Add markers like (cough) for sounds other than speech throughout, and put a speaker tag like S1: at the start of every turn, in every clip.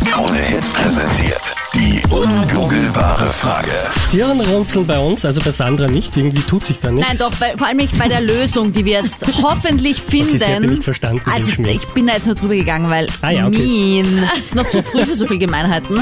S1: Hit präsentiert. Die ungoogelbare Frage.
S2: Stirnrunzeln bei uns, also bei Sandra nicht, irgendwie tut sich da nichts.
S3: Nein, doch, bei, vor allem nicht bei der Lösung, die wir
S2: (laughs)
S3: jetzt hoffentlich finden.
S2: sie hat ihn nicht verstanden, den
S3: also
S2: Schmäh.
S3: ich bin da jetzt nur drüber gegangen, weil
S2: Ah ja, okay. (laughs)
S3: mean. Ist noch zu früh für so viele Gemeinheiten.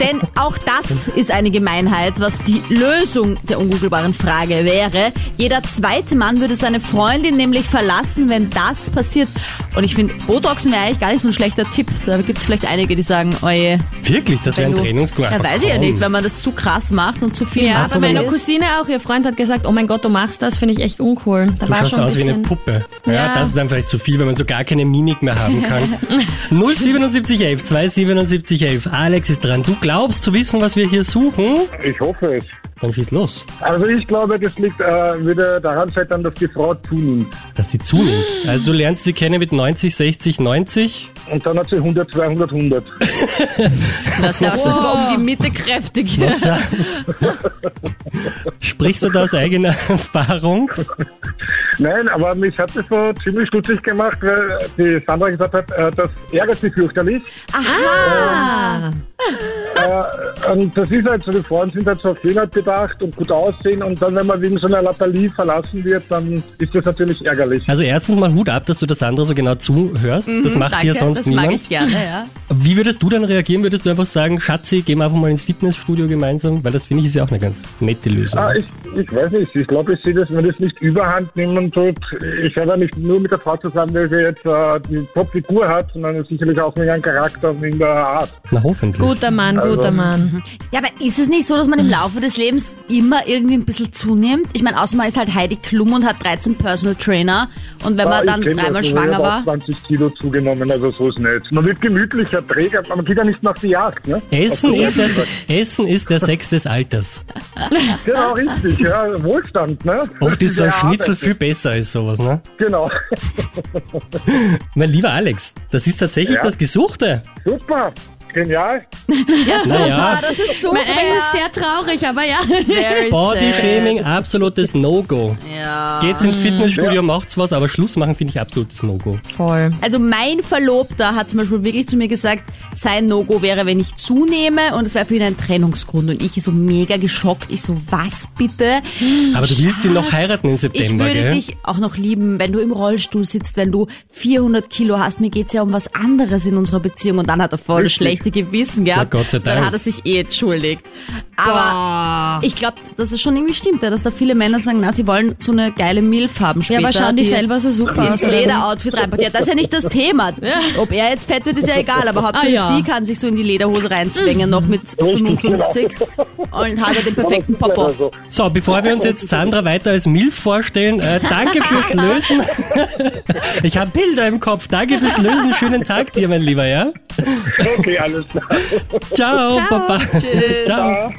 S3: Denn auch das ist eine Gemeinheit, was die Lösung der ungoogelbaren Frage wäre. Jeder zweite Mann würde seine Freundin nämlich verlassen, wenn das passiert. Und ich finde, Botoxen wäre eigentlich gar nicht so ein schlechter Tipp. Da gibt es vielleicht einige, die sagen, oje,
S2: Wirklich, das wäre ein
S3: du-
S2: Trainingskorb.
S3: ja, weiß ich ja nicht, wenn man das zu krass macht und zu viel
S4: Ja,
S3: macht.
S4: bei meiner
S3: ist.
S4: Cousine auch. Ihr Freund hat gesagt, oh mein Gott, du machst das, finde ich echt uncool. Da
S2: Du
S4: war
S2: schaust
S4: schon ein
S2: aus wie
S4: bisschen...
S2: eine Puppe. Ja,
S4: Ja.
S2: das ist dann vielleicht zu viel, wenn man so gar keine Mimik mehr haben kann.
S3: (laughs)
S2: 07711, 27711. Alex ist dran. Du glaubst zu wissen, was wir hier suchen?
S5: Ich hoffe es.
S2: Dann schieß los.
S5: Also ich glaube, das liegt äh, wieder daran scheitern, dass die Frau zunimmt.
S2: Dass die zunimmt.
S3: Mm.
S2: Also du lernst sie kennen mit 90, 60, 90.
S5: Und dann hat sie 100, 200, 100.
S3: Das ist aber um die Mitte kräftig. (laughs)
S2: Was sagst Sprichst du da aus eigener Erfahrung?
S5: Nein, aber mich hat das so ziemlich stutzig gemacht, weil die Sandra gesagt hat, äh, das ärgert sie fürchterlich.
S4: ah,
S5: Und das ist halt so, die Frauen sind halt so auf Schönheit bedacht und gut aussehen. Und dann, wenn man wegen so einer Lappalie verlassen wird, dann ist das natürlich ärgerlich.
S2: Also erstens mal Hut ab, dass du das andere so genau zuhörst. das macht hier sonst
S3: Mhm, das
S2: niemand.
S3: mag ich gerne, ja.
S2: Wie würdest du dann reagieren? Würdest du einfach sagen, Schatzi, gehen wir einfach mal ins Fitnessstudio gemeinsam? Weil das finde ich ist ja auch eine ganz nette Lösung.
S5: Ah, ich, ich weiß nicht, ich glaube, ich sehe das, wenn das nicht überhand nehmen tut. Ich habe ja nicht nur mit der Frau zusammen, welche jetzt äh, die Top-Figur hat, sondern sicherlich auch mit einem Charakter und in der Art.
S2: Na hoffentlich.
S4: guter Mann,
S2: Also-
S4: guter Mann.
S3: Ja, aber ist es nicht so, dass man im Laufe des Lebens immer irgendwie ein bisschen zunimmt? Ich meine, außer man ist halt Heidi Klum und hat 13 Personal Trainer. Und wenn
S5: Ah,
S3: man
S5: ich
S3: dann
S5: kenn das,
S3: dreimal
S5: ich
S3: schwanger
S5: habe auch
S3: war.
S5: 20 Kilo zugenommen, also so ist nicht. Man wird gemütlicher, träger, aber man geht ja nicht nach die Jagd, ne?
S2: Essen,
S5: Also,
S2: ist der, Essen ist der Sex des Alters.
S3: Ah.
S5: Genau, richtig, ja, Wohlstand, ne?
S2: Oft ist so ein
S5: Ja,
S2: Schnitzel
S5: das-
S2: viel besser als sowas, ne?
S5: Genau, (laughs)
S2: Mein lieber Alex, das ist tatsächlich
S5: Ja.
S2: das Gesuchte.
S5: super, genial.
S3: Ja, super,
S2: ja.
S3: das ist super.
S4: Mein Engel ist sehr traurig, aber ja.
S3: Very
S2: Body-Shaming, absolutes No-Go.
S3: sad. Ja.
S2: Geht's ins Fitnessstudio, macht's was, aber Schluss machen finde ich absolutes No-Go.
S4: Voll.
S3: Also mein Verlobter hat zum Beispiel wirklich zu mir gesagt, sein No-Go wäre, wenn ich zunehme und es wäre für ihn ein Trennungsgrund. Und ich so mega geschockt. Ich so, was bitte?
S2: Aber du willst ihn noch heiraten im
S3: Ich
S2: September,
S3: würde
S2: gell?
S3: dich auch noch lieben, wenn du im Rollstuhl sitzt, wenn du 400 Kilo hast. Mir geht's ja um was anderes in unserer Beziehung. Und dann hat er voll schlechte Gewissen gehabt.
S2: Na, Gott sei Dank.
S3: Dann hat er sich eh entschuldigt.
S4: Ah,
S3: Aber ich glaube, dass es schon irgendwie stimmt, ja, dass da viele Männer sagen, na, sie wollen so eine geile Milf haben
S4: Ja,
S3: später.
S4: aber schauen die selber so super aus.
S3: ins Lederoutfit reinpackt. Ja, das ist ja nicht das Thema. Ob er jetzt fett wird, ist ja egal, aber Hauptsache
S4: Ah, ja. Mhm.
S3: sie kann sich so in die Lederhose reinzwängen, noch mit 55
S4: Genau.
S3: und hat er den perfekten Popo.
S5: Also,
S2: So, bevor wir uns jetzt Sandra weiter als Milf vorstellen, äh, danke fürs Lösen. (laughs) ich habe Bilder im Kopf. Danke fürs Lösen. Schönen Tag dir, mein Lieber, ja?
S5: okay, alles klar.
S2: (laughs) Ciao, Papa. Ciao.